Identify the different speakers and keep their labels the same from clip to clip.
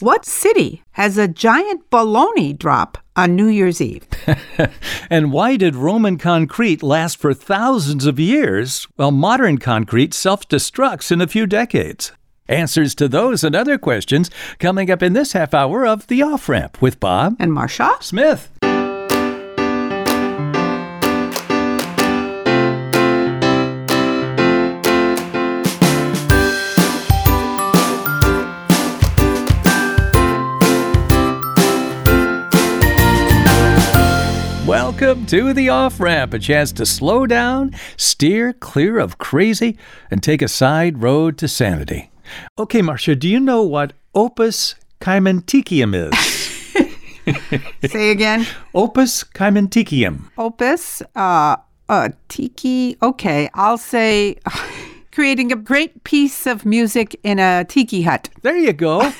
Speaker 1: What city has a giant bologna drop on New Year's Eve?
Speaker 2: and why did Roman concrete last for thousands of years while modern concrete self destructs in a few decades? Answers to those and other questions coming up in this half hour of The Off Ramp with Bob
Speaker 1: And Marsha?
Speaker 2: Smith. Welcome to the off ramp, a chance to slow down, steer clear of crazy, and take a side road to sanity. Okay, Marcia, do you know what opus caementicium is?
Speaker 1: Say again.
Speaker 2: opus caementicium.
Speaker 1: Opus, uh, uh, tiki. Okay, I'll say creating a great piece of music in a tiki hut.
Speaker 2: There you go.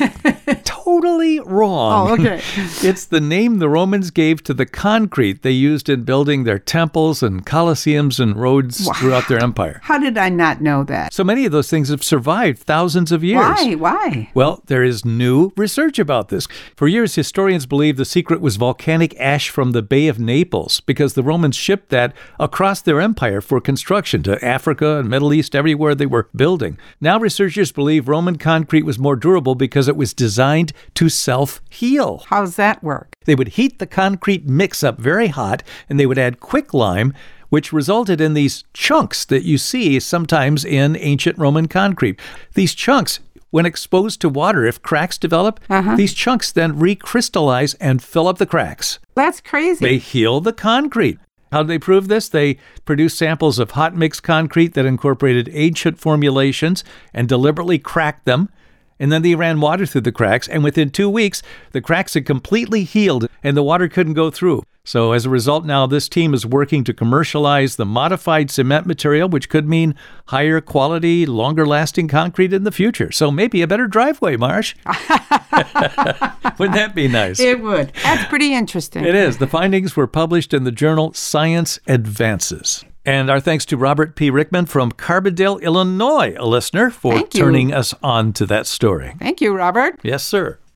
Speaker 2: totally wrong.
Speaker 1: Oh, okay.
Speaker 2: it's the name the Romans gave to the concrete they used in building their temples and colosseums and roads throughout their empire.
Speaker 1: How did I not know that?
Speaker 2: So many of those things have survived thousands of years.
Speaker 1: Why? Why?
Speaker 2: Well, there is new research about this. For years, historians believed the secret was volcanic ash from the Bay of Naples because the Romans shipped that across their empire for construction to Africa and Middle East, everywhere they were building. Now, researchers believe Roman concrete was more durable because it was designed to self heal.
Speaker 1: How's that work?
Speaker 2: They would heat the concrete mix up very hot and they would add quicklime, which resulted in these chunks that you see sometimes in ancient Roman concrete. These chunks, when exposed to water, if cracks develop, these chunks then recrystallize and fill up the cracks.
Speaker 1: That's crazy.
Speaker 2: They heal the concrete. How did they prove this? They produced samples of hot mix concrete that incorporated ancient formulations and deliberately cracked them. And then they ran water through the cracks, and within two weeks, the cracks had completely healed and the water couldn't go through. So, as a result, now this team is working to commercialize the modified cement material, which could mean higher quality, longer lasting concrete in the future. So, maybe a better driveway, Marsh. Wouldn't that be nice?
Speaker 1: it would. That's pretty interesting.
Speaker 2: It is. The findings were published in the journal Science Advances. And our thanks to Robert P. Rickman from Carbondale, Illinois, a listener, for
Speaker 1: Thank you.
Speaker 2: turning us on to that story.
Speaker 1: Thank you, Robert.
Speaker 2: Yes, sir.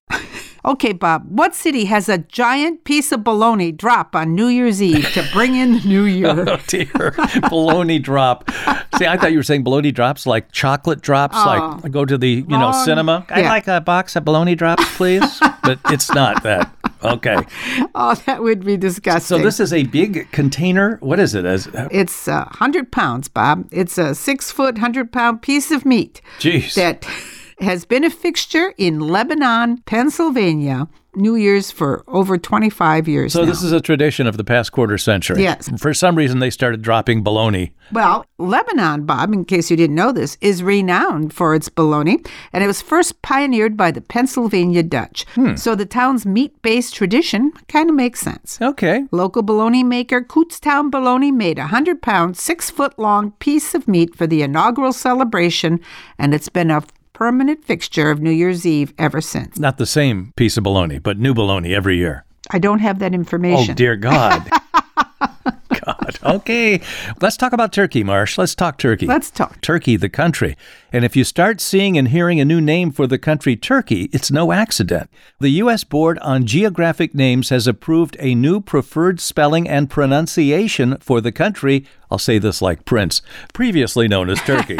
Speaker 1: Okay, Bob, what city has a giant piece of bologna drop on New Year's Eve to bring in the new year?
Speaker 2: Oh, dear. Baloney drop. See, I thought you were saying baloney drops like chocolate drops, like I go to the, you know,
Speaker 1: Wrong.
Speaker 2: cinema. I'd
Speaker 1: Yeah.
Speaker 2: like a box of baloney drops, please. but it's not that. Okay.
Speaker 1: oh, that would be disgusting.
Speaker 2: So this is a big container. What is it? As
Speaker 1: It's uh, 100 pounds, Bob. It's a six foot, 100 pound piece of meat
Speaker 2: Jeez.
Speaker 1: that has been a fixture in Lebanon, Pennsylvania, New Year's for over 25 years.
Speaker 2: So
Speaker 1: now.
Speaker 2: this is a tradition of the past quarter century.
Speaker 1: Yes.
Speaker 2: For some reason, they started dropping bologna.
Speaker 1: Well, Lebanon, Bob, in case you didn't know this, is renowned for its bologna, and it was first pioneered by the Pennsylvania Dutch.
Speaker 2: Hmm.
Speaker 1: So the town's meat based tradition kind of makes sense.
Speaker 2: Okay.
Speaker 1: Local bologna maker Kutztown Bologna made a 100 pound, six foot long piece of meat for the inaugural celebration, and it's been a permanent fixture of New Year's Eve ever since.
Speaker 2: Not the same piece of bologna, but new bologna every year.
Speaker 1: I don't have that information.
Speaker 2: Oh, dear God. God. Okay. Let's talk about Turkey, Marsh. Let's talk Turkey.
Speaker 1: Let's talk.
Speaker 2: Turkey, the country. And if you start seeing and hearing a new name for the country Turkey, it's no accident. The U.S. Board on Geographic Names has approved a new preferred spelling and pronunciation for the country. I'll say this like Prince, previously known as Turkey.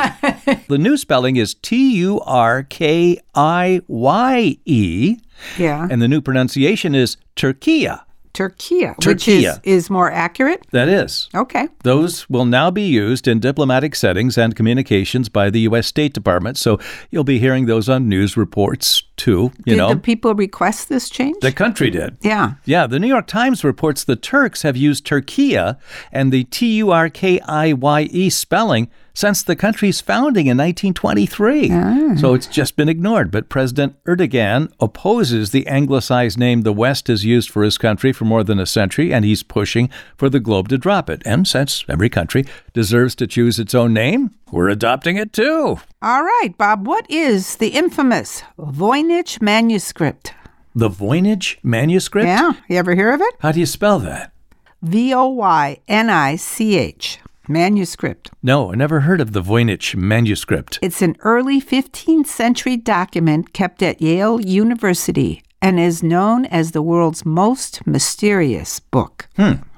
Speaker 2: the new spelling is T U R K I Y E,
Speaker 1: Yeah.
Speaker 2: and the new pronunciation is Turkiya.
Speaker 1: Turkey, which is,
Speaker 2: Turkey.
Speaker 1: is more accurate.
Speaker 2: That is.
Speaker 1: Okay.
Speaker 2: Those will now be used in diplomatic settings and communications by the U.S. State Department. So you'll be hearing those on news reports too. You
Speaker 1: Did
Speaker 2: know,
Speaker 1: the people request this change?
Speaker 2: the country did.
Speaker 1: yeah.
Speaker 2: Yeah, the New York Times reports the Turks have used Turkiya and the T U R K I Y E spelling since the country's founding in 1923. So it's just been ignored. But President Erdogan opposes the anglicized name the West has used for his country for more than a century, and he's pushing for the globe to drop it. And since every country deserves to choose its own name, we're adopting it too.
Speaker 1: All right, Bob, what is the infamous Voynich manuscript?
Speaker 2: The Voynich manuscript?
Speaker 1: Yeah. You ever hear of it?
Speaker 2: How do you spell that?
Speaker 1: V O Y N I C H. manuscript.
Speaker 2: No, I never heard of the Voynich manuscript.
Speaker 1: It's an early 15th century document kept at Yale University and is known as the world's most mysterious book.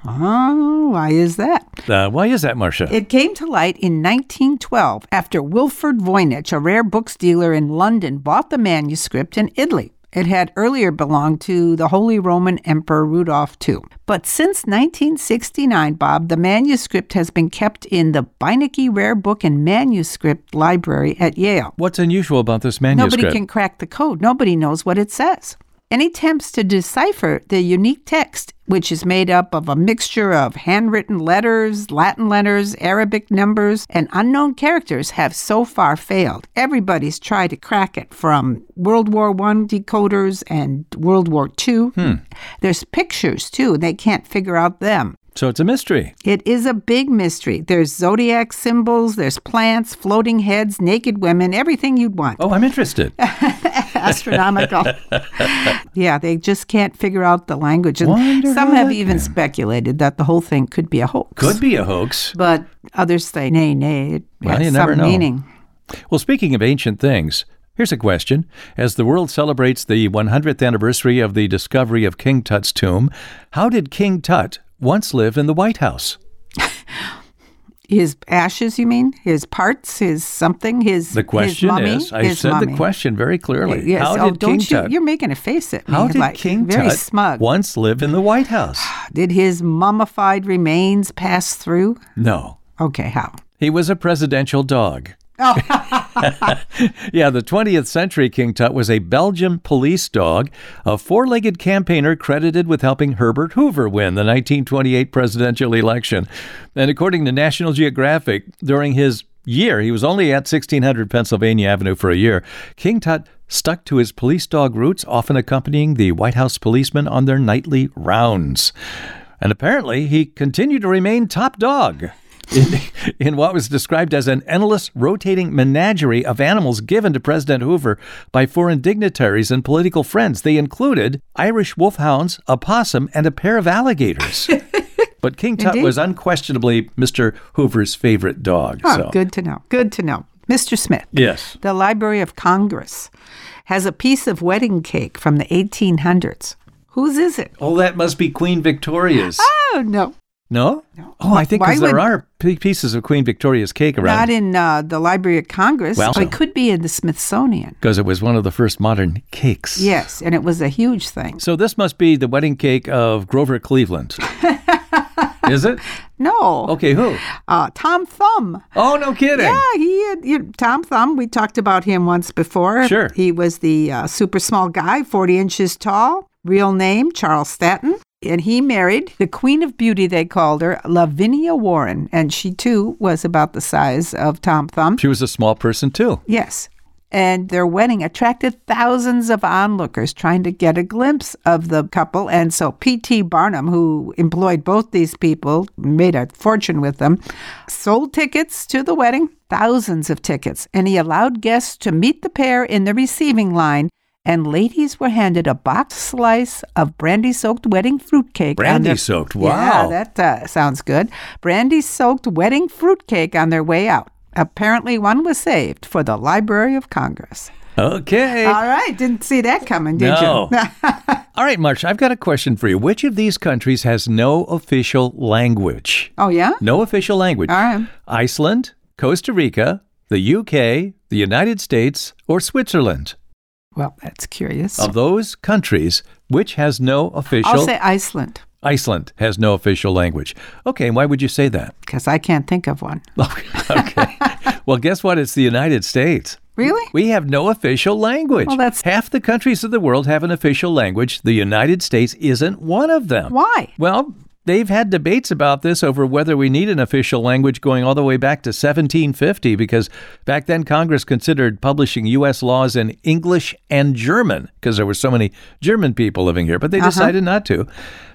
Speaker 1: Oh, why is that?
Speaker 2: Uh, why is that, Marcia?
Speaker 1: It came to light in 1912 after Wilfred Voynich, a rare books dealer in London, bought the manuscript in Italy. It had earlier belonged to the Holy Roman Emperor Rudolf II. But since 1969, Bob, the manuscript has been kept in the Beinecke Rare Book and Manuscript Library at Yale.
Speaker 2: What's unusual about this
Speaker 1: Nobody
Speaker 2: manuscript?
Speaker 1: can crack the code. Nobody knows what it says. Any attempts to decipher the unique text, which is made up of a mixture of handwritten letters, Latin letters, Arabic numbers, and unknown characters, have so far failed. Everybody's tried to crack it from World War I decoders and World War II. There's pictures too, and they can't figure out them.
Speaker 2: So it's a mystery.
Speaker 1: It is a big mystery. There's zodiac symbols, there's plants, floating heads, naked women, everything you'd want
Speaker 2: Oh, I'm interested.
Speaker 1: astronomical. yeah, they just can't figure out the language. And
Speaker 2: Wonder
Speaker 1: some
Speaker 2: how
Speaker 1: have
Speaker 2: that-
Speaker 1: even speculated that the whole thing could be a hoax.
Speaker 2: Could be a hoax.
Speaker 1: But others say, nay, nay, it
Speaker 2: Well,
Speaker 1: has
Speaker 2: you
Speaker 1: some
Speaker 2: never know.
Speaker 1: meaning.
Speaker 2: Well, speaking of ancient things, here's a question. As the world celebrates the 100th anniversary of the discovery of King Tut's tomb, how did King Tut once live in the White House?
Speaker 1: His ashes, you mean? His parts, his something, his
Speaker 2: The question
Speaker 1: his mummy,
Speaker 2: is I
Speaker 1: his
Speaker 2: said
Speaker 1: mummy.
Speaker 2: the question very clearly.
Speaker 1: Yes.
Speaker 2: How
Speaker 1: oh,
Speaker 2: did King
Speaker 1: don't you?
Speaker 2: Tut
Speaker 1: You're making a face at me.
Speaker 2: How did
Speaker 1: like,
Speaker 2: King
Speaker 1: very
Speaker 2: Tut
Speaker 1: smug.
Speaker 2: once live in the White House?
Speaker 1: Did his mummified remains pass through?
Speaker 2: No.
Speaker 1: Okay, how?
Speaker 2: He was a presidential dog. yeah, the 20th century King Tut was a Belgian police dog, a four legged campaigner credited with helping Herbert Hoover win the 1928 presidential election. And according to National Geographic, during his year, he was only at 1600 Pennsylvania Avenue for a year. King Tut stuck to his police dog roots, often accompanying the White House policemen on their nightly rounds. And apparently, he continued to remain top dog in, in what was described as an endless rotating menagerie of animals given to President Hoover by foreign dignitaries and political friends. They included Irish wolfhounds, a possum, and a pair of alligators. but King Tut
Speaker 1: Indeed.
Speaker 2: was unquestionably Mr. Hoover's favorite dog.
Speaker 1: Oh,
Speaker 2: so.
Speaker 1: good to know. Good to know. Mr. Smith.
Speaker 2: Yes.
Speaker 1: The Library of Congress has a piece of wedding cake from the 1800s. Whose is it?
Speaker 2: Oh, that must be Queen Victoria's.
Speaker 1: Oh, no.
Speaker 2: no? Oh, I think
Speaker 1: Why
Speaker 2: 'cause there
Speaker 1: would-
Speaker 2: are p- pieces of Queen Victoria's cake
Speaker 1: Not
Speaker 2: around
Speaker 1: in uh, the Library of Congress.
Speaker 2: Well-
Speaker 1: but it could be in the Smithsonian.
Speaker 2: because it was one of the first modern cakes.
Speaker 1: Yes, and it was a huge thing.
Speaker 2: So this must be the wedding cake of Grover Cleveland. Is it?
Speaker 1: No.
Speaker 2: Okay, who?
Speaker 1: Uh, Tom Thumb.
Speaker 2: Oh, no kidding.
Speaker 1: Yeah, he had, you know, Tom Thumb. We talked about him once before.
Speaker 2: Sure.
Speaker 1: He was the uh, super small guy, 40 inches tall, real name Charles Stanton. And he married the Queen of Beauty, they called her, Lavinia Warren. And she too was about the size of Tom Thumb.
Speaker 2: She was a small person too.
Speaker 1: Yes. And their wedding attracted thousands of onlookers trying to get a glimpse of the couple. And so P.T. Barnum, who employed both these people, made a fortune with them, sold tickets to the wedding, thousands of tickets. And he allowed guests to meet the pair in the receiving line. And ladies were handed a box slice of brandy soaked wedding fruitcake. on their-
Speaker 2: soaked.
Speaker 1: yeah, that uh, sounds good. Brandy soaked wedding fruitcake on their way out. Apparently, one was saved for the Library of Congress.
Speaker 2: okay.
Speaker 1: All right, didn't see that coming, did
Speaker 2: No.
Speaker 1: you?
Speaker 2: All right, Marsh, I've got a question for you. Which of these countries has no official language?
Speaker 1: oh, yeah?
Speaker 2: No official language.
Speaker 1: All right.
Speaker 2: Iceland, Costa Rica, the UK, the United States, or Switzerland?
Speaker 1: Well, that's curious.
Speaker 2: Of those countries, which has no official
Speaker 1: I'll say Iceland
Speaker 2: Iceland has no official language. Okay, why would you say that?
Speaker 1: because I can't think of one.
Speaker 2: okay. well, guess what? It's the United States.
Speaker 1: Really?
Speaker 2: We have no official language.
Speaker 1: Well, that's-
Speaker 2: half the countries of the world have an official language. The United States isn't one of them.
Speaker 1: Why?
Speaker 2: Well, they've had debates about this over whether we need an official language going all the way back to 1750 because back then Congress considered publishing US laws in English and German because there were so many German people living here, but
Speaker 1: Uh-huh.
Speaker 2: they decided not to.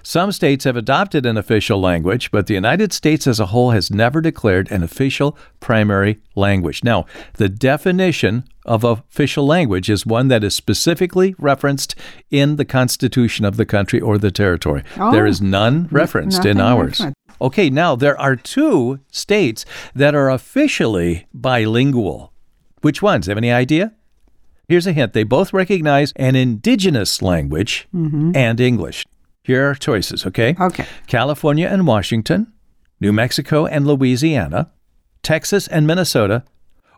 Speaker 2: Some states have adopted an official language, but the United States as a whole has never declared an official primary language. Now, the definition of official language is one that is specifically referenced in the constitution of the country or the territory. There
Speaker 1: Oh.
Speaker 2: is none referenced in
Speaker 1: Nothing
Speaker 2: ours.
Speaker 1: different.
Speaker 2: Okay, now there are two states that are officially bilingual. Which ones? Have any idea? Here's a hint they both recognize an indigenous language and English. Here are choices, okay?
Speaker 1: Okay.
Speaker 2: California and Washington, New Mexico and Louisiana, Texas and Minnesota,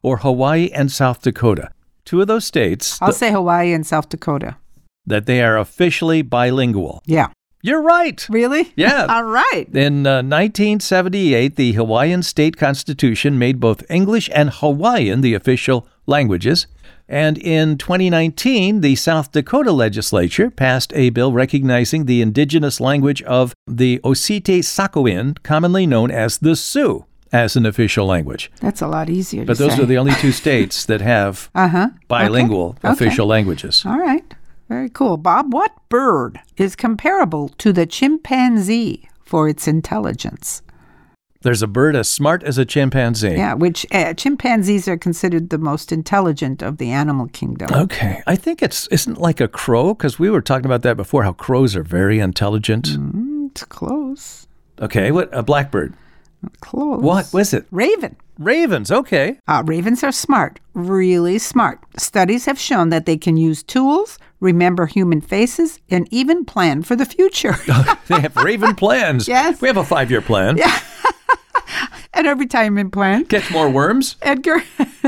Speaker 2: or Hawaii and South Dakota. Two of those states
Speaker 1: I'll
Speaker 2: th-
Speaker 1: say Hawaii and South Dakota.
Speaker 2: that they are officially bilingual.
Speaker 1: Yeah.
Speaker 2: You're right.
Speaker 1: Really?
Speaker 2: Yeah.
Speaker 1: All right.
Speaker 2: In uh, 1978, the Hawaiian state constitution made both English and Hawaiian the official languages. And in 2019, the South Dakota legislature passed a bill recognizing the indigenous language of the Osite Sakoin, commonly known as the Sioux, as an official language.
Speaker 1: That's a lot easier
Speaker 2: But
Speaker 1: to
Speaker 2: those
Speaker 1: say.
Speaker 2: are the only two states that have
Speaker 1: Uh huh.
Speaker 2: bilingual official languages.
Speaker 1: All right. Very cool. Bob, what bird is comparable to the chimpanzee for its intelligence?
Speaker 2: There's a bird as smart as a chimpanzee.
Speaker 1: Yeah, which uh, chimpanzees are considered the most intelligent of the animal kingdom.
Speaker 2: Okay, I think it's isn't it like a crow because we were talking about that before. How crows are very intelligent.
Speaker 1: Mm, it's close.
Speaker 2: Okay, what a blackbird?
Speaker 1: Close.
Speaker 2: What was it?
Speaker 1: Raven.
Speaker 2: Ravens. Okay,
Speaker 1: Uh, ravens are smart, really smart. Studies have shown that they can use tools, remember human faces, and even plan for the future.
Speaker 2: they have raven plans.
Speaker 1: Yes.
Speaker 2: we have a five-year plan.
Speaker 1: and a retirement plan.
Speaker 2: Catch more worms.
Speaker 1: Edgar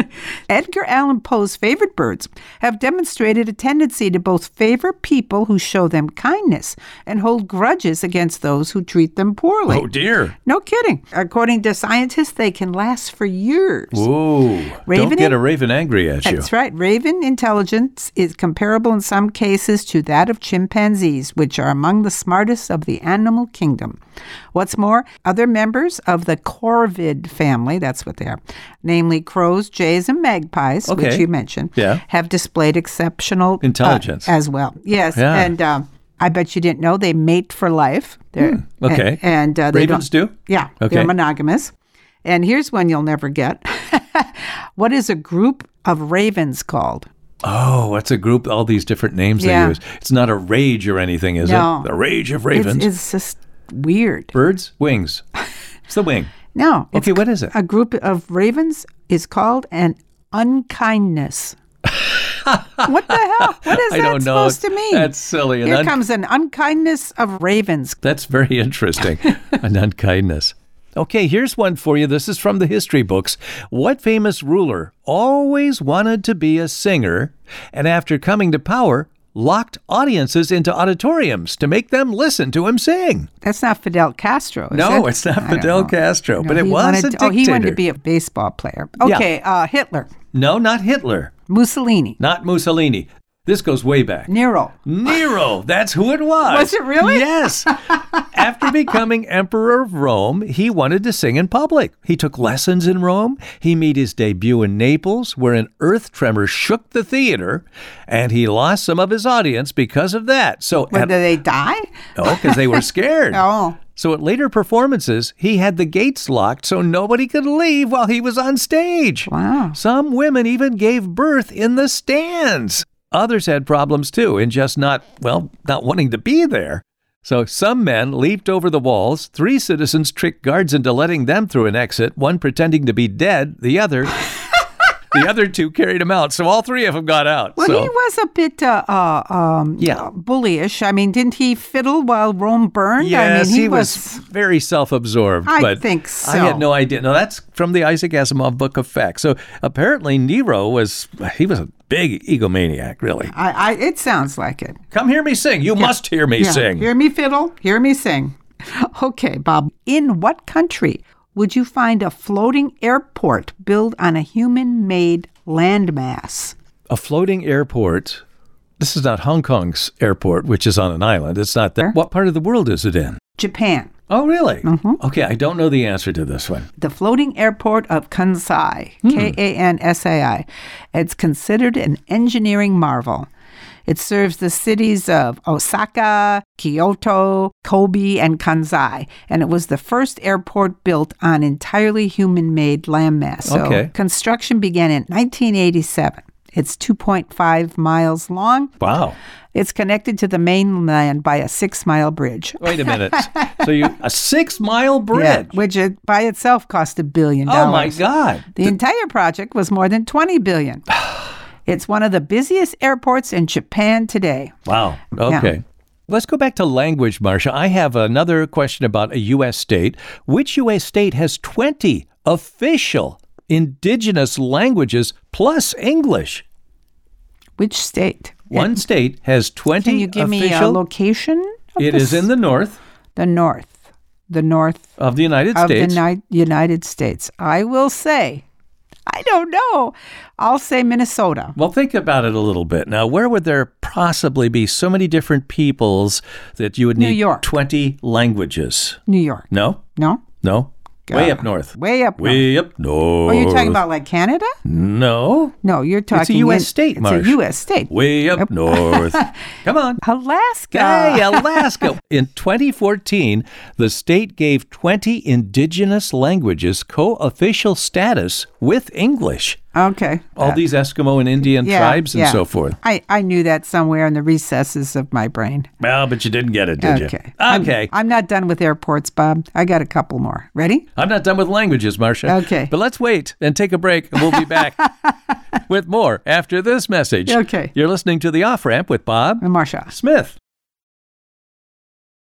Speaker 1: Edgar Allan Poe's favorite birds have demonstrated a tendency to both favor people who show them kindness and hold grudges against those who treat them poorly.
Speaker 2: Oh dear.
Speaker 1: No kidding. According to scientists, they can last for years.
Speaker 2: Whoa! Don't
Speaker 1: Raven
Speaker 2: get
Speaker 1: in-
Speaker 2: a raven angry at you.
Speaker 1: That's right. Raven intelligence is comparable in some cases to that of chimpanzees, which are among the smartest of the animal kingdom. What's more, other members of the corvid family, that's what they are, namely crows, jays, and magpies, which
Speaker 2: Okay.
Speaker 1: you mentioned,
Speaker 2: Yeah.
Speaker 1: have displayed exceptional uh,
Speaker 2: Intelligence.
Speaker 1: as well. Yes.
Speaker 2: Yeah.
Speaker 1: And um, I bet you didn't know they mate for life. They're,
Speaker 2: Hmm. okay.
Speaker 1: And, and, uh, they don't-
Speaker 2: Ravens do.
Speaker 1: yeah,
Speaker 2: Okay.
Speaker 1: they're monogamous. And here's one you'll never get. what is a group of ravens called?
Speaker 2: Oh, that's a group. All these different names
Speaker 1: Yeah.
Speaker 2: they use. It's not a rage or anything, is
Speaker 1: No.
Speaker 2: it? The rage of
Speaker 1: It's,
Speaker 2: ravens.
Speaker 1: it's just weird.
Speaker 2: Birds wings. It's the wing.
Speaker 1: No, it's
Speaker 2: Okay, what is it?
Speaker 1: a group of ravens is called an unkindness. what the hell? What is
Speaker 2: I
Speaker 1: that
Speaker 2: don't know.
Speaker 1: supposed to mean?
Speaker 2: That's silly. An
Speaker 1: Here
Speaker 2: un-
Speaker 1: comes an unkindness of ravens.
Speaker 2: That's very interesting. An unkindness. Okay, here's one for you. This is from the history books. What famous ruler always wanted to be a singer and after coming to power locked audiences into auditoriums to make them listen to him sing?
Speaker 1: That's not Fidel Castro. Is
Speaker 2: No,
Speaker 1: it?
Speaker 2: it's not
Speaker 1: I don't
Speaker 2: Fidel
Speaker 1: know.
Speaker 2: Castro,
Speaker 1: No,
Speaker 2: but it
Speaker 1: he
Speaker 2: was
Speaker 1: wanted,
Speaker 2: a
Speaker 1: Oh, he wanted
Speaker 2: dictator.
Speaker 1: to be a baseball player.
Speaker 2: Yeah.
Speaker 1: Okay, uh, Hitler,
Speaker 2: No, not Hitler,
Speaker 1: Mussolini,
Speaker 2: not Mussolini. This goes way back.
Speaker 1: Nero.
Speaker 2: Nero, that's who it was.
Speaker 1: Was it really?
Speaker 2: Yes. After becoming emperor of Rome, he wanted to sing in public. He took lessons in Rome. He made his debut in Naples, where an earth tremor shook the theater, and he lost some of his audience because of that. So,
Speaker 1: When
Speaker 2: at-
Speaker 1: did they die?
Speaker 2: oh, because they were scared.
Speaker 1: Oh.
Speaker 2: So, at later performances, he had the gates locked so nobody could leave while he was on stage.
Speaker 1: Wow.
Speaker 2: Some women even gave birth in the stands. Others had problems too in just not, well, not wanting to be there. So some men leaped over the walls. Three citizens tricked guards into letting them through an exit, one pretending to be dead, the other. The other two carried him out, so all three of them got out.
Speaker 1: Well,
Speaker 2: so,
Speaker 1: he was a bit uh, uh, um,
Speaker 2: Yeah.
Speaker 1: bullyish. I mean, didn't he fiddle while Rome burned?
Speaker 2: yes,
Speaker 1: I mean,
Speaker 2: he, was, very self-absorbed.
Speaker 1: I
Speaker 2: but
Speaker 1: think
Speaker 2: I
Speaker 1: so.
Speaker 2: had no idea. No, that's from the Isaac Asimov book of facts. So apparently Nero was he was a big egomaniac, really.
Speaker 1: I, I, it sounds like it.
Speaker 2: Come hear me sing. You must hear me
Speaker 1: Yeah.
Speaker 2: sing.
Speaker 1: Hear me fiddle. Hear me sing. Okay, Bob. In what country would you find a floating airport built on a human-made landmass?
Speaker 2: a floating airport. This is not Hong Kong's airport, which is on an island. It's not
Speaker 1: Sure.
Speaker 2: that. What part of the world is it in?
Speaker 1: Japan.
Speaker 2: Oh, really?
Speaker 1: Mm-hmm.
Speaker 2: Okay, I don't know the answer to this one.
Speaker 1: the floating airport of Kansai,
Speaker 2: Hmm.
Speaker 1: K A N S A I. It's considered an engineering marvel. It serves the cities of Osaka, Kyoto, Kobe, and Kansai, and it was the first airport built on entirely human made landmass. So
Speaker 2: Okay.
Speaker 1: construction began in 1987. It's 2.5 miles long
Speaker 2: Wow.
Speaker 1: It's connected to the mainland by a six mile bridge.
Speaker 2: Wait a minute. so you a six mile
Speaker 1: Yeah,
Speaker 2: bridge?
Speaker 1: which it, by itself cost a billion dollars.
Speaker 2: oh my God!
Speaker 1: The entire project was more than 20 billion. it's one of the busiest airports in Japan today.
Speaker 2: Wow. Okay. Let's go back to language, Marcia. I have another question about a U.S. state. Which U.S. state has 20 official indigenous languages plus English?
Speaker 1: Which state?
Speaker 2: One state has 20
Speaker 1: Can you give
Speaker 2: official.
Speaker 1: me a location? of
Speaker 2: It is
Speaker 1: this?
Speaker 2: in the north
Speaker 1: the north. The north
Speaker 2: of the United
Speaker 1: of
Speaker 2: States.
Speaker 1: the ni- United States. I will say, I don't know. I'll say Minnesota.
Speaker 2: well, think about it a little bit. Now, where would there possibly be so many different peoples that you would
Speaker 1: New
Speaker 2: need
Speaker 1: York.
Speaker 2: 20 languages?
Speaker 1: New York.
Speaker 2: No?
Speaker 1: No?
Speaker 2: No? Way
Speaker 1: Uh,
Speaker 2: up north.
Speaker 1: Way up north.
Speaker 2: Way up north.
Speaker 1: Are you talking about like Canada?
Speaker 2: No.
Speaker 1: No, you're talking
Speaker 2: US
Speaker 1: in-
Speaker 2: state,
Speaker 1: It's
Speaker 2: Marsh.
Speaker 1: a U.S. state.
Speaker 2: Way up north. Come on.
Speaker 1: Alaska.
Speaker 2: Hey, Alaska. In 2014, the state gave 20 indigenous languages co official status with English.
Speaker 1: Okay.
Speaker 2: All these Eskimo and Indian
Speaker 1: Yeah,
Speaker 2: tribes and
Speaker 1: yeah.
Speaker 2: so forth.
Speaker 1: I, I knew that somewhere in the recesses of my brain.
Speaker 2: Well, but you didn't get it, did
Speaker 1: okay.
Speaker 2: you?
Speaker 1: I'm-
Speaker 2: Okay.
Speaker 1: I'm, not done with airports, Bob. I got a couple more. Ready?
Speaker 2: I'm not done with languages, Marcia.
Speaker 1: Okay.
Speaker 2: But let's wait and take a break, and we'll be back with more after this message.
Speaker 1: Okay.
Speaker 2: You're listening to The Off Ramp with Bob
Speaker 1: And Marsha.
Speaker 2: Smith.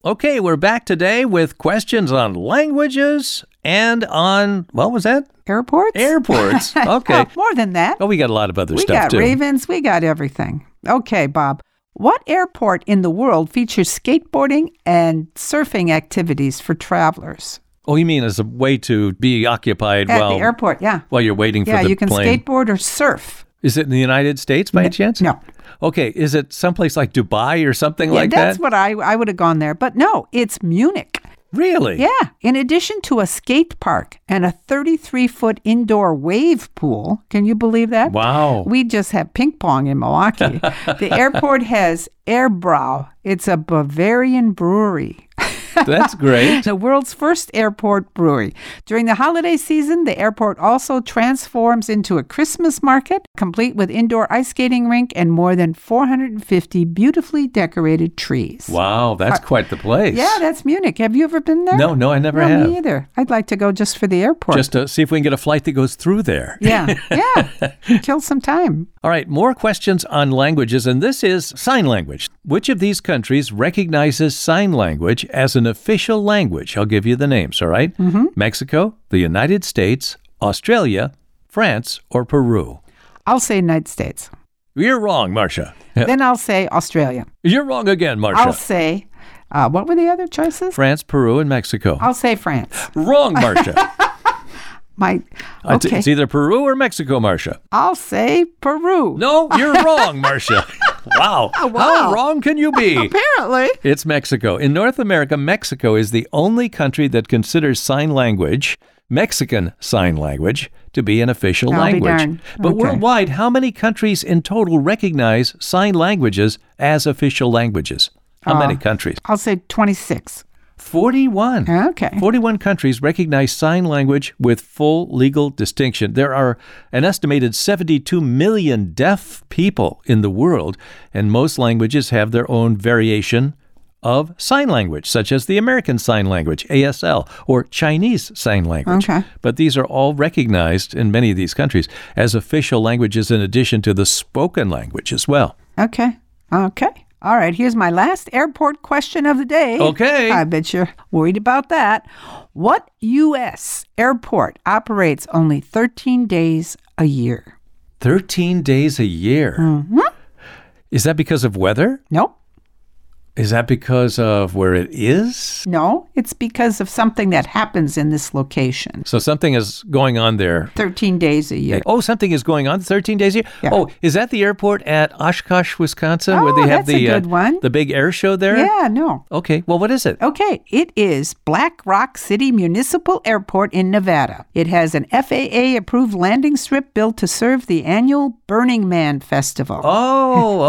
Speaker 2: Okay, we're back today with questions on languages and on, what was that?
Speaker 1: Airports?
Speaker 2: Airports.
Speaker 1: Oh,
Speaker 2: Okay.
Speaker 1: more than that.
Speaker 2: Oh, we got a lot of other
Speaker 1: we
Speaker 2: stuff
Speaker 1: got
Speaker 2: too.
Speaker 1: Ravens. We got everything. Okay, Bob. What airport in the world features skateboarding and surfing activities for travelers?
Speaker 2: Oh, you mean as a way to be occupied
Speaker 1: At
Speaker 2: while
Speaker 1: the airport, yeah.
Speaker 2: while you're waiting
Speaker 1: Yeah,
Speaker 2: for the
Speaker 1: you can
Speaker 2: plane?
Speaker 1: skateboard or surf.
Speaker 2: Is it in the United States by chance?
Speaker 1: No.
Speaker 2: Okay, is it someplace like Dubai or something like
Speaker 1: yeah, that's
Speaker 2: that?
Speaker 1: what I, I would have gone there. But no, it's Munich.
Speaker 2: really?
Speaker 1: Yeah. In addition to a skate park and a 33 foot indoor wave pool, can you believe that?
Speaker 2: Wow.
Speaker 1: We just have ping pong in Milwaukee. the airport has Airbrau, it's a Bavarian brewery.
Speaker 2: That's great.
Speaker 1: The world's first airport brewery. During the holiday season, the airport also transforms into a Christmas market, complete with indoor ice skating rink and more than 450 beautifully decorated trees.
Speaker 2: Wow, that's quite the place.
Speaker 1: Yeah, that's Munich. Have you ever been there?
Speaker 2: No, no, I never
Speaker 1: no,
Speaker 2: have.
Speaker 1: me either. I'd like to go just for the airport.
Speaker 2: Just to see if we can get a flight that goes through there.
Speaker 1: yeah, yeah. Kill some time.
Speaker 2: All right, more questions on languages, and this is sign language. Which of these countries recognizes sign language as an official language? I'll give you the names, all right?
Speaker 1: Mm-hmm.
Speaker 2: Mexico, the United States, Australia, France, or Peru?
Speaker 1: I'll say United States.
Speaker 2: You're wrong, Marcia.
Speaker 1: Then I'll say Australia.
Speaker 2: You're wrong again,
Speaker 1: I'll
Speaker 2: Marcia.
Speaker 1: say, uh, what were the other choices?
Speaker 2: France, Peru, and Mexico.
Speaker 1: I'll say France.
Speaker 2: Wrong, Marcia.
Speaker 1: My,
Speaker 2: It's-
Speaker 1: okay.
Speaker 2: It's either Peru or Mexico, Marcia.
Speaker 1: I'll say Peru.
Speaker 2: No, you're wrong, Marcia. Wow. How
Speaker 1: Oh, wow.
Speaker 2: wrong can you be?
Speaker 1: Apparently.
Speaker 2: It's Mexico. In North America, Mexico is the only country that considers sign language, Mexican Sign Language, to be an official
Speaker 1: I'll be
Speaker 2: language.
Speaker 1: darned.
Speaker 2: But
Speaker 1: Okay.
Speaker 2: worldwide, how many countries in total recognize sign languages as official languages? How
Speaker 1: Ah.
Speaker 2: many countries?
Speaker 1: I'll say 26.
Speaker 2: 41.
Speaker 1: Okay.
Speaker 2: 41 countries recognize sign language with full legal distinction. There are an estimated 72 million deaf people in the world, and most languages have their own variation of sign language, such as the American Sign Language, ASL, or Chinese Sign Language.
Speaker 1: Okay.
Speaker 2: But these are all recognized in many of these countries as official languages in addition to the spoken language as well.
Speaker 1: Okay. Okay. All right. Here's my last airport question of the day.
Speaker 2: Okay.
Speaker 1: I bet you're worried about that. What U.S. airport operates only 13 days a year?
Speaker 2: 13 days a year.
Speaker 1: Mm. Mm-hmm.
Speaker 2: Is that because of weather?
Speaker 1: Nope.
Speaker 2: Is that because of where it is?
Speaker 1: No, it's because of something that happens in this location.
Speaker 2: So something is going on there.
Speaker 1: 13 days a year.
Speaker 2: Oh, something is going on 13 days a year.
Speaker 1: Yeah.
Speaker 2: Oh, is that the airport at Oshkosh, Wisconsin, where
Speaker 1: Oh,
Speaker 2: they have
Speaker 1: that's a
Speaker 2: the uh,
Speaker 1: good one.
Speaker 2: the big air show there?
Speaker 1: Yeah, no.
Speaker 2: Okay. Well, what is it?
Speaker 1: Okay, it is Black Rock City Municipal Airport in Nevada. It has an FAA approved landing strip built to serve the annual Burning Man Festival.
Speaker 2: Oh,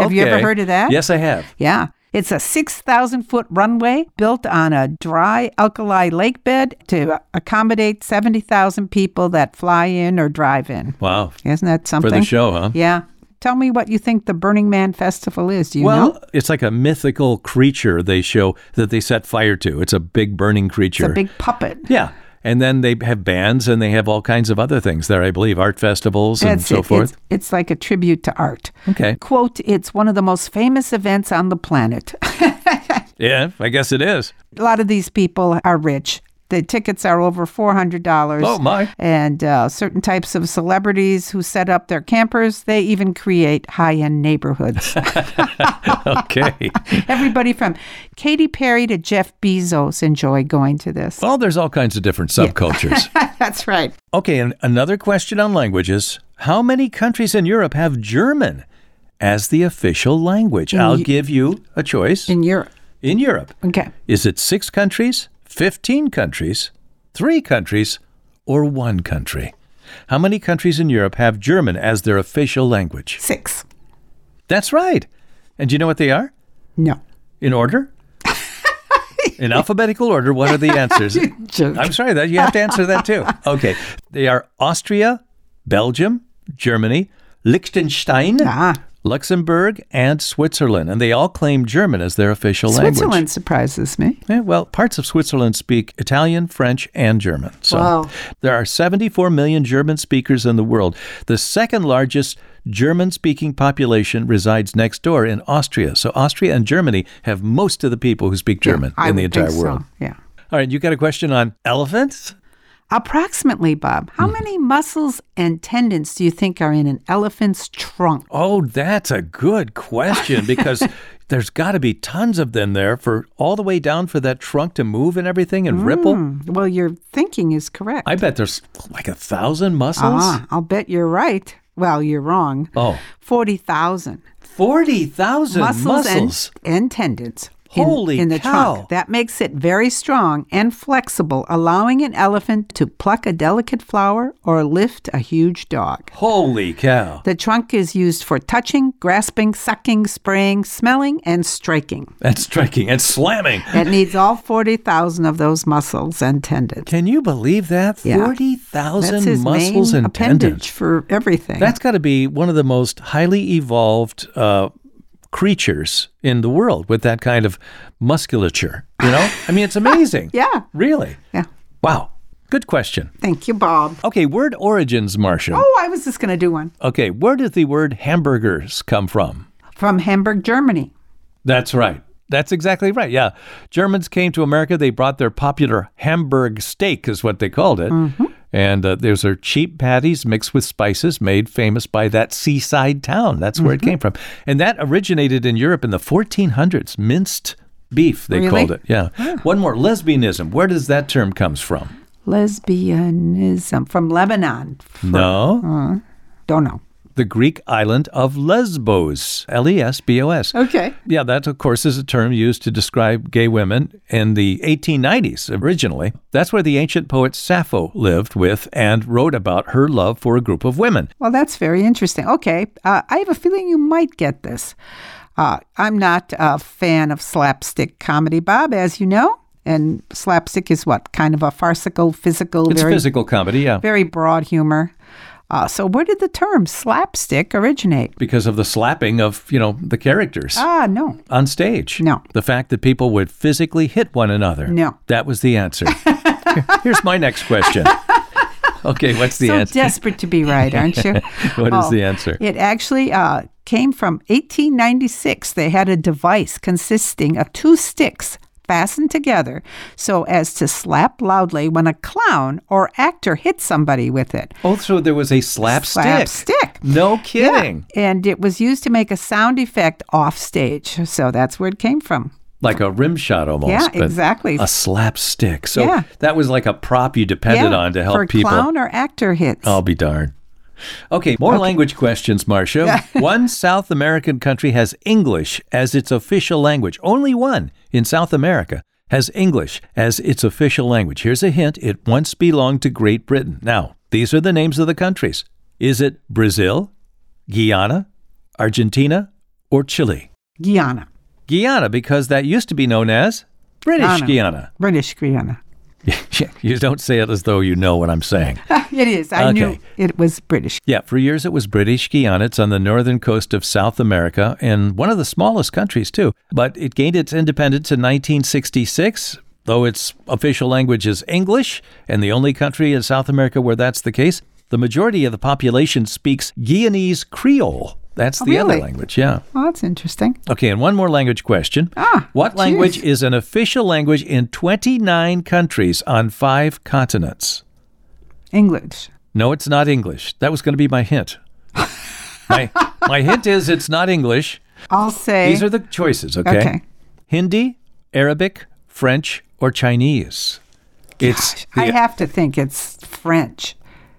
Speaker 1: Have you ever
Speaker 2: okay.
Speaker 1: heard of that?
Speaker 2: Yes, I have.
Speaker 1: Yeah. It's a 6,000 foot runway built on a dry alkali lake bed to accommodate 70,000 people that fly in or drive in.
Speaker 2: Wow.
Speaker 1: Isn't that
Speaker 2: For
Speaker 1: something?
Speaker 2: the show, huh?
Speaker 1: Yeah. Tell me what you think the Burning Man Festival is. Do you
Speaker 2: well,
Speaker 1: know?
Speaker 2: it's like a mythical creature they show that they set fire to. It's a big burning creature.
Speaker 1: It's a big puppet.
Speaker 2: yeah. And then they have bands and they have all kinds of other things there, I believe, art festivals and
Speaker 1: That's
Speaker 2: so
Speaker 1: it.
Speaker 2: forth.
Speaker 1: It's, it's like a tribute to art.
Speaker 2: okay.
Speaker 1: Quote, it's one of the most famous events on the planet.
Speaker 2: Yeah, I guess it is.
Speaker 1: a lot of these people are rich. The tickets are over $400.
Speaker 2: Oh, my.
Speaker 1: And uh, certain types of celebrities who set up their campers, they even create high end neighborhoods.
Speaker 2: Okay.
Speaker 1: Everybody from Katy Perry to Jeff Bezos enjoy going to this.
Speaker 2: well, there's all kinds of different subcultures.
Speaker 1: That's right.
Speaker 2: okay, and another question on languages How many countries in Europe have German as the official language? I'll give you a choice.
Speaker 1: In Europe.
Speaker 2: in Europe,
Speaker 1: Okay.
Speaker 2: Is it six countries, 15 countries, three countries, or one country? How many countries in Europe have German as their official language?
Speaker 1: Six.
Speaker 2: That's right. And do you know what they are?
Speaker 1: No.
Speaker 2: In order? In alphabetical order, what are the answers?
Speaker 1: Joke.
Speaker 2: I'm sorry that you have to answer that too. Okay. They are Austria, Belgium, Germany, Liechtenstein,
Speaker 1: Ah.
Speaker 2: Luxembourg, and Switzerland. And they all claim German as their official language.
Speaker 1: Switzerland surprises me.
Speaker 2: Yeah, well, parts of Switzerland speak Italian, French, and German. So
Speaker 1: Wow.
Speaker 2: there are 74 million German speakers in the world. The second largest German speaking population resides next door in Austria. So Austria and Germany have most of the people who speak German
Speaker 1: I
Speaker 2: in the
Speaker 1: would think
Speaker 2: entire
Speaker 1: so.
Speaker 2: world.
Speaker 1: Yeah.
Speaker 2: All right, you got a question on elephants?
Speaker 1: Approximately, Bob, how
Speaker 2: Hmm.
Speaker 1: many muscles and tendons do you think are in an elephant's trunk?
Speaker 2: Oh, that's a good question because there's got to be tons of them there for all the way down for that trunk to move and everything and ripple.
Speaker 1: Hmm, Well, your thinking is correct.
Speaker 2: I bet there's like a thousand muscles.
Speaker 1: ah, I'll bet you're right. Well, you're wrong.
Speaker 2: Oh.
Speaker 1: 40,000
Speaker 2: Forty thousand
Speaker 1: muscles,
Speaker 2: muscles.
Speaker 1: And, and tendons. in-
Speaker 2: Holy
Speaker 1: in the
Speaker 2: cow.
Speaker 1: trunk. That makes it very strong and flexible, allowing an elephant to pluck a delicate flower or lift a huge dog.
Speaker 2: Holy cow!
Speaker 1: The trunk is used for touching, grasping, sucking, spraying, smelling, and striking.
Speaker 2: That's striking and slamming.
Speaker 1: It needs all 40,000 of those muscles and tendons.
Speaker 2: Can you believe that?
Speaker 1: Yeah.
Speaker 2: Forty
Speaker 1: That's
Speaker 2: thousand
Speaker 1: his
Speaker 2: muscles
Speaker 1: main
Speaker 2: and
Speaker 1: appendage
Speaker 2: tendons.
Speaker 1: for everything.
Speaker 2: That's got to be one of the most highly evolved uh, creatures in the world with that kind of musculature. You know, I mean, it's amazing.
Speaker 1: yeah.
Speaker 2: Really.
Speaker 1: Yeah.
Speaker 2: Wow. Good question.
Speaker 1: Thank you, Bob.
Speaker 2: Okay, word origins, Marshall.
Speaker 1: Oh, I was just going to do one
Speaker 2: Okay, where did the word hamburgers come from?
Speaker 1: from Hamburg, Germany.
Speaker 2: That's right. That's exactly right. Yeah. Germans came to America. They brought their popular Hamburg steak, is what they called it. And uh, those are cheap patties mixed with spices made famous by that seaside town. That's where it came from. And that originated in Europe in the 1400s. Minced beef, they
Speaker 1: Really?
Speaker 2: called it. Yeah. One more lesbianism. Where does that term comes from?
Speaker 1: Lesbianism from Lebanon.
Speaker 2: No.
Speaker 1: Don't know.
Speaker 2: The Greek island of Lesbos. L E S B O S.
Speaker 1: Okay.
Speaker 2: Yeah, that, of course, is a term used to describe gay women in the 1890s originally. That's where the ancient poet Sappho lived with and wrote about her love for a group of women.
Speaker 1: Well, that's very interesting. Okay. Uh, I have a feeling you might get this. Uh, I'm not a fan of slapstick comedy, Bob, as you know. And slapstick is what? Kind of a farcical, physical,
Speaker 2: It's
Speaker 1: very,
Speaker 2: physical comedy, yeah,
Speaker 1: very broad humor. Uh, so, where did the term slapstick originate?
Speaker 2: because of the slapping of, you know, the characters
Speaker 1: Ah, no.
Speaker 2: on stage.
Speaker 1: No.
Speaker 2: The fact that people would physically hit one another.
Speaker 1: No.
Speaker 2: That was the answer. Here- Here's my next question. Okay, what's the
Speaker 1: so
Speaker 2: answer?
Speaker 1: desperate to be right, aren't you? Oh,
Speaker 2: What is the answer?
Speaker 1: It actually uh, came from 1896. They had a device consisting of two sticks fastened together so as to slap loudly when a clown or actor hit somebody with it.
Speaker 2: Also, Oh, there was a slapstick.
Speaker 1: Slapstick.
Speaker 2: No kidding.
Speaker 1: And it was used to make a sound effect off stage. So that's where it came from.
Speaker 2: like a rim shot almost.
Speaker 1: Yeah,
Speaker 2: but
Speaker 1: exactly.
Speaker 2: A slapstick. So
Speaker 1: Yeah.
Speaker 2: that was like a prop you depended
Speaker 1: yeah,
Speaker 2: on to help
Speaker 1: for
Speaker 2: people. Oh.
Speaker 1: clown or actor hits.
Speaker 2: I'll be darned. Okay, more language questions, Marcia. one South American country has English as its official language. Only one in South America has English as its official language. Here's a hint it once belonged to Great Britain. Now, these are the names of the countries. Is it Brazil, Guyana, Argentina, or Chile?
Speaker 1: Guyana,
Speaker 2: Guyana, because that used to be known as British Guyana.
Speaker 1: British Guyana.
Speaker 2: you don't say it as though you know what I'm saying.
Speaker 1: it is. I knew
Speaker 2: Okay.
Speaker 1: it was British.
Speaker 2: Yeah, for years it was British Guiana. It's on the northern coast of South America and one of the smallest countries, too. But it gained its independence in 1966, though its official language is English and the only country in South America where that's the case. The majority of the population speaks Guianese Creole. That's
Speaker 1: Oh,
Speaker 2: the other
Speaker 1: really?
Speaker 2: language, yeah.
Speaker 1: Well, that's interesting.
Speaker 2: Okay, and one more language question.
Speaker 1: Ah,
Speaker 2: what
Speaker 1: geez.
Speaker 2: language is an official language in 29 countries on five continents?
Speaker 1: English.
Speaker 2: No, it's not English. That was going to be my hint. my, my hint is it's not English.
Speaker 1: I'll say.
Speaker 2: These are the choices, okay?
Speaker 1: Okay.
Speaker 2: Hindi, Arabic, French, or Chinese. It's
Speaker 1: I
Speaker 2: the-
Speaker 1: have to think it's French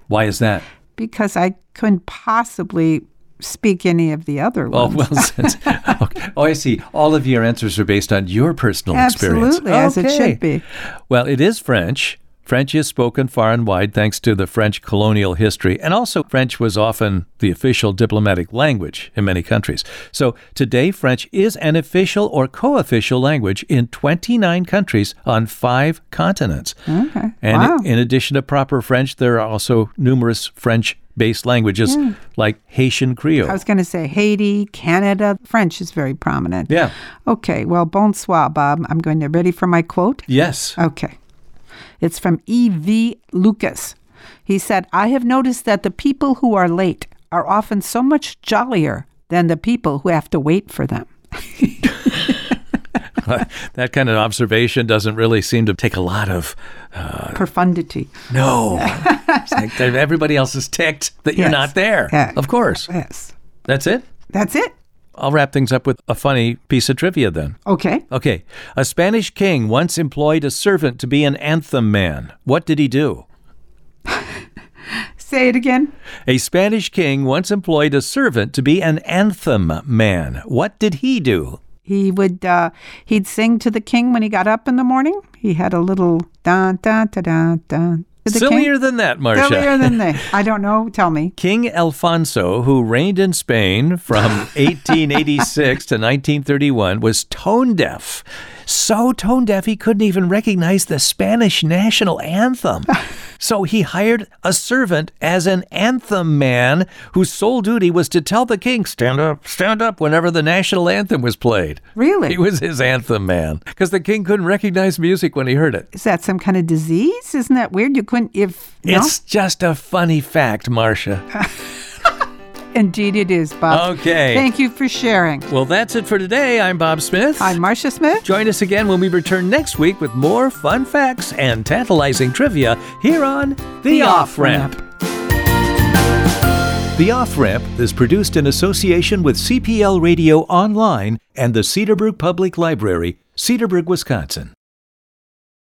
Speaker 2: why is that?
Speaker 1: because I couldn't possibly speak any of the other
Speaker 2: Oh
Speaker 1: ones.
Speaker 2: well, since, okay. oh I see. All of your answers are based on your personal experience.
Speaker 1: Absolutely, as it
Speaker 2: Okay.
Speaker 1: should be.
Speaker 2: Well, it is French. French is spoken far and wide thanks to the French colonial history, and also French was often the official diplomatic language in many countries. So today, French is an official or co official language in 29 countries on five continents.
Speaker 1: Okay.
Speaker 2: And
Speaker 1: wow.
Speaker 2: in addition to proper French, there are also numerous French based languages like Haitian Creole.
Speaker 1: I was going to say Haiti, Canada. French is very prominent.
Speaker 2: yeah.
Speaker 1: Okay. Well, bonsoir, Bob. I'm going to ready for my quote.
Speaker 2: Yes.
Speaker 1: Okay. It's from E.V. Lucas. He said, I have noticed that the people who are late are often so much jollier than the people who have to wait for them.
Speaker 2: that kind of observation doesn't really seem to take a lot of
Speaker 1: Profundity.
Speaker 2: No. It's like that everybody else is ticked that you're
Speaker 1: Yes.
Speaker 2: not there.
Speaker 1: Yeah.
Speaker 2: Of course.
Speaker 1: Yes.
Speaker 2: That's it.
Speaker 1: That's it.
Speaker 2: I'll wrap things up with a funny piece of trivia then.
Speaker 1: Okay.
Speaker 2: Okay. A Spanish king once employed a servant to be an anthem man. What did he do?
Speaker 1: Say it again.
Speaker 2: A Spanish king once employed a servant to be an anthem man. What did he do?
Speaker 1: He would uh, he'd sing to the king when he got up in the morning. He had a little dun dun dun dun dun. to the king.
Speaker 2: Sillier than that, Marcia.
Speaker 1: Sillier than they. I don't know. Tell me.
Speaker 2: King Alfonso, who reigned in Spain from 1886 to 1931, was tone deaf. So tone deaf he couldn't even recognize the Spanish national anthem. So he hired a servant as an anthem man whose sole duty was to tell the king, stand up, stand up, whenever the national anthem was played.
Speaker 1: Really?
Speaker 2: He was his anthem man because the king couldn't recognize music when he heard it.
Speaker 1: Is that some kind of disease? Isn't that weird? You couldn't if no? Uh.
Speaker 2: It's just a funny fact, Marcia.
Speaker 1: Indeed, it is, Bob.
Speaker 2: Okay.
Speaker 1: Thank you for sharing.
Speaker 2: Well, that's it for today. I'm Bob Smith.
Speaker 1: I'm Marcia Smith.
Speaker 2: Join us again when we return next week with more fun facts and tantalizing trivia here on The, Off Ramp. The Off Ramp is produced in association with CPL Radio Online and the Cedarbrook Public Library, Cedarbrook, Wisconsin.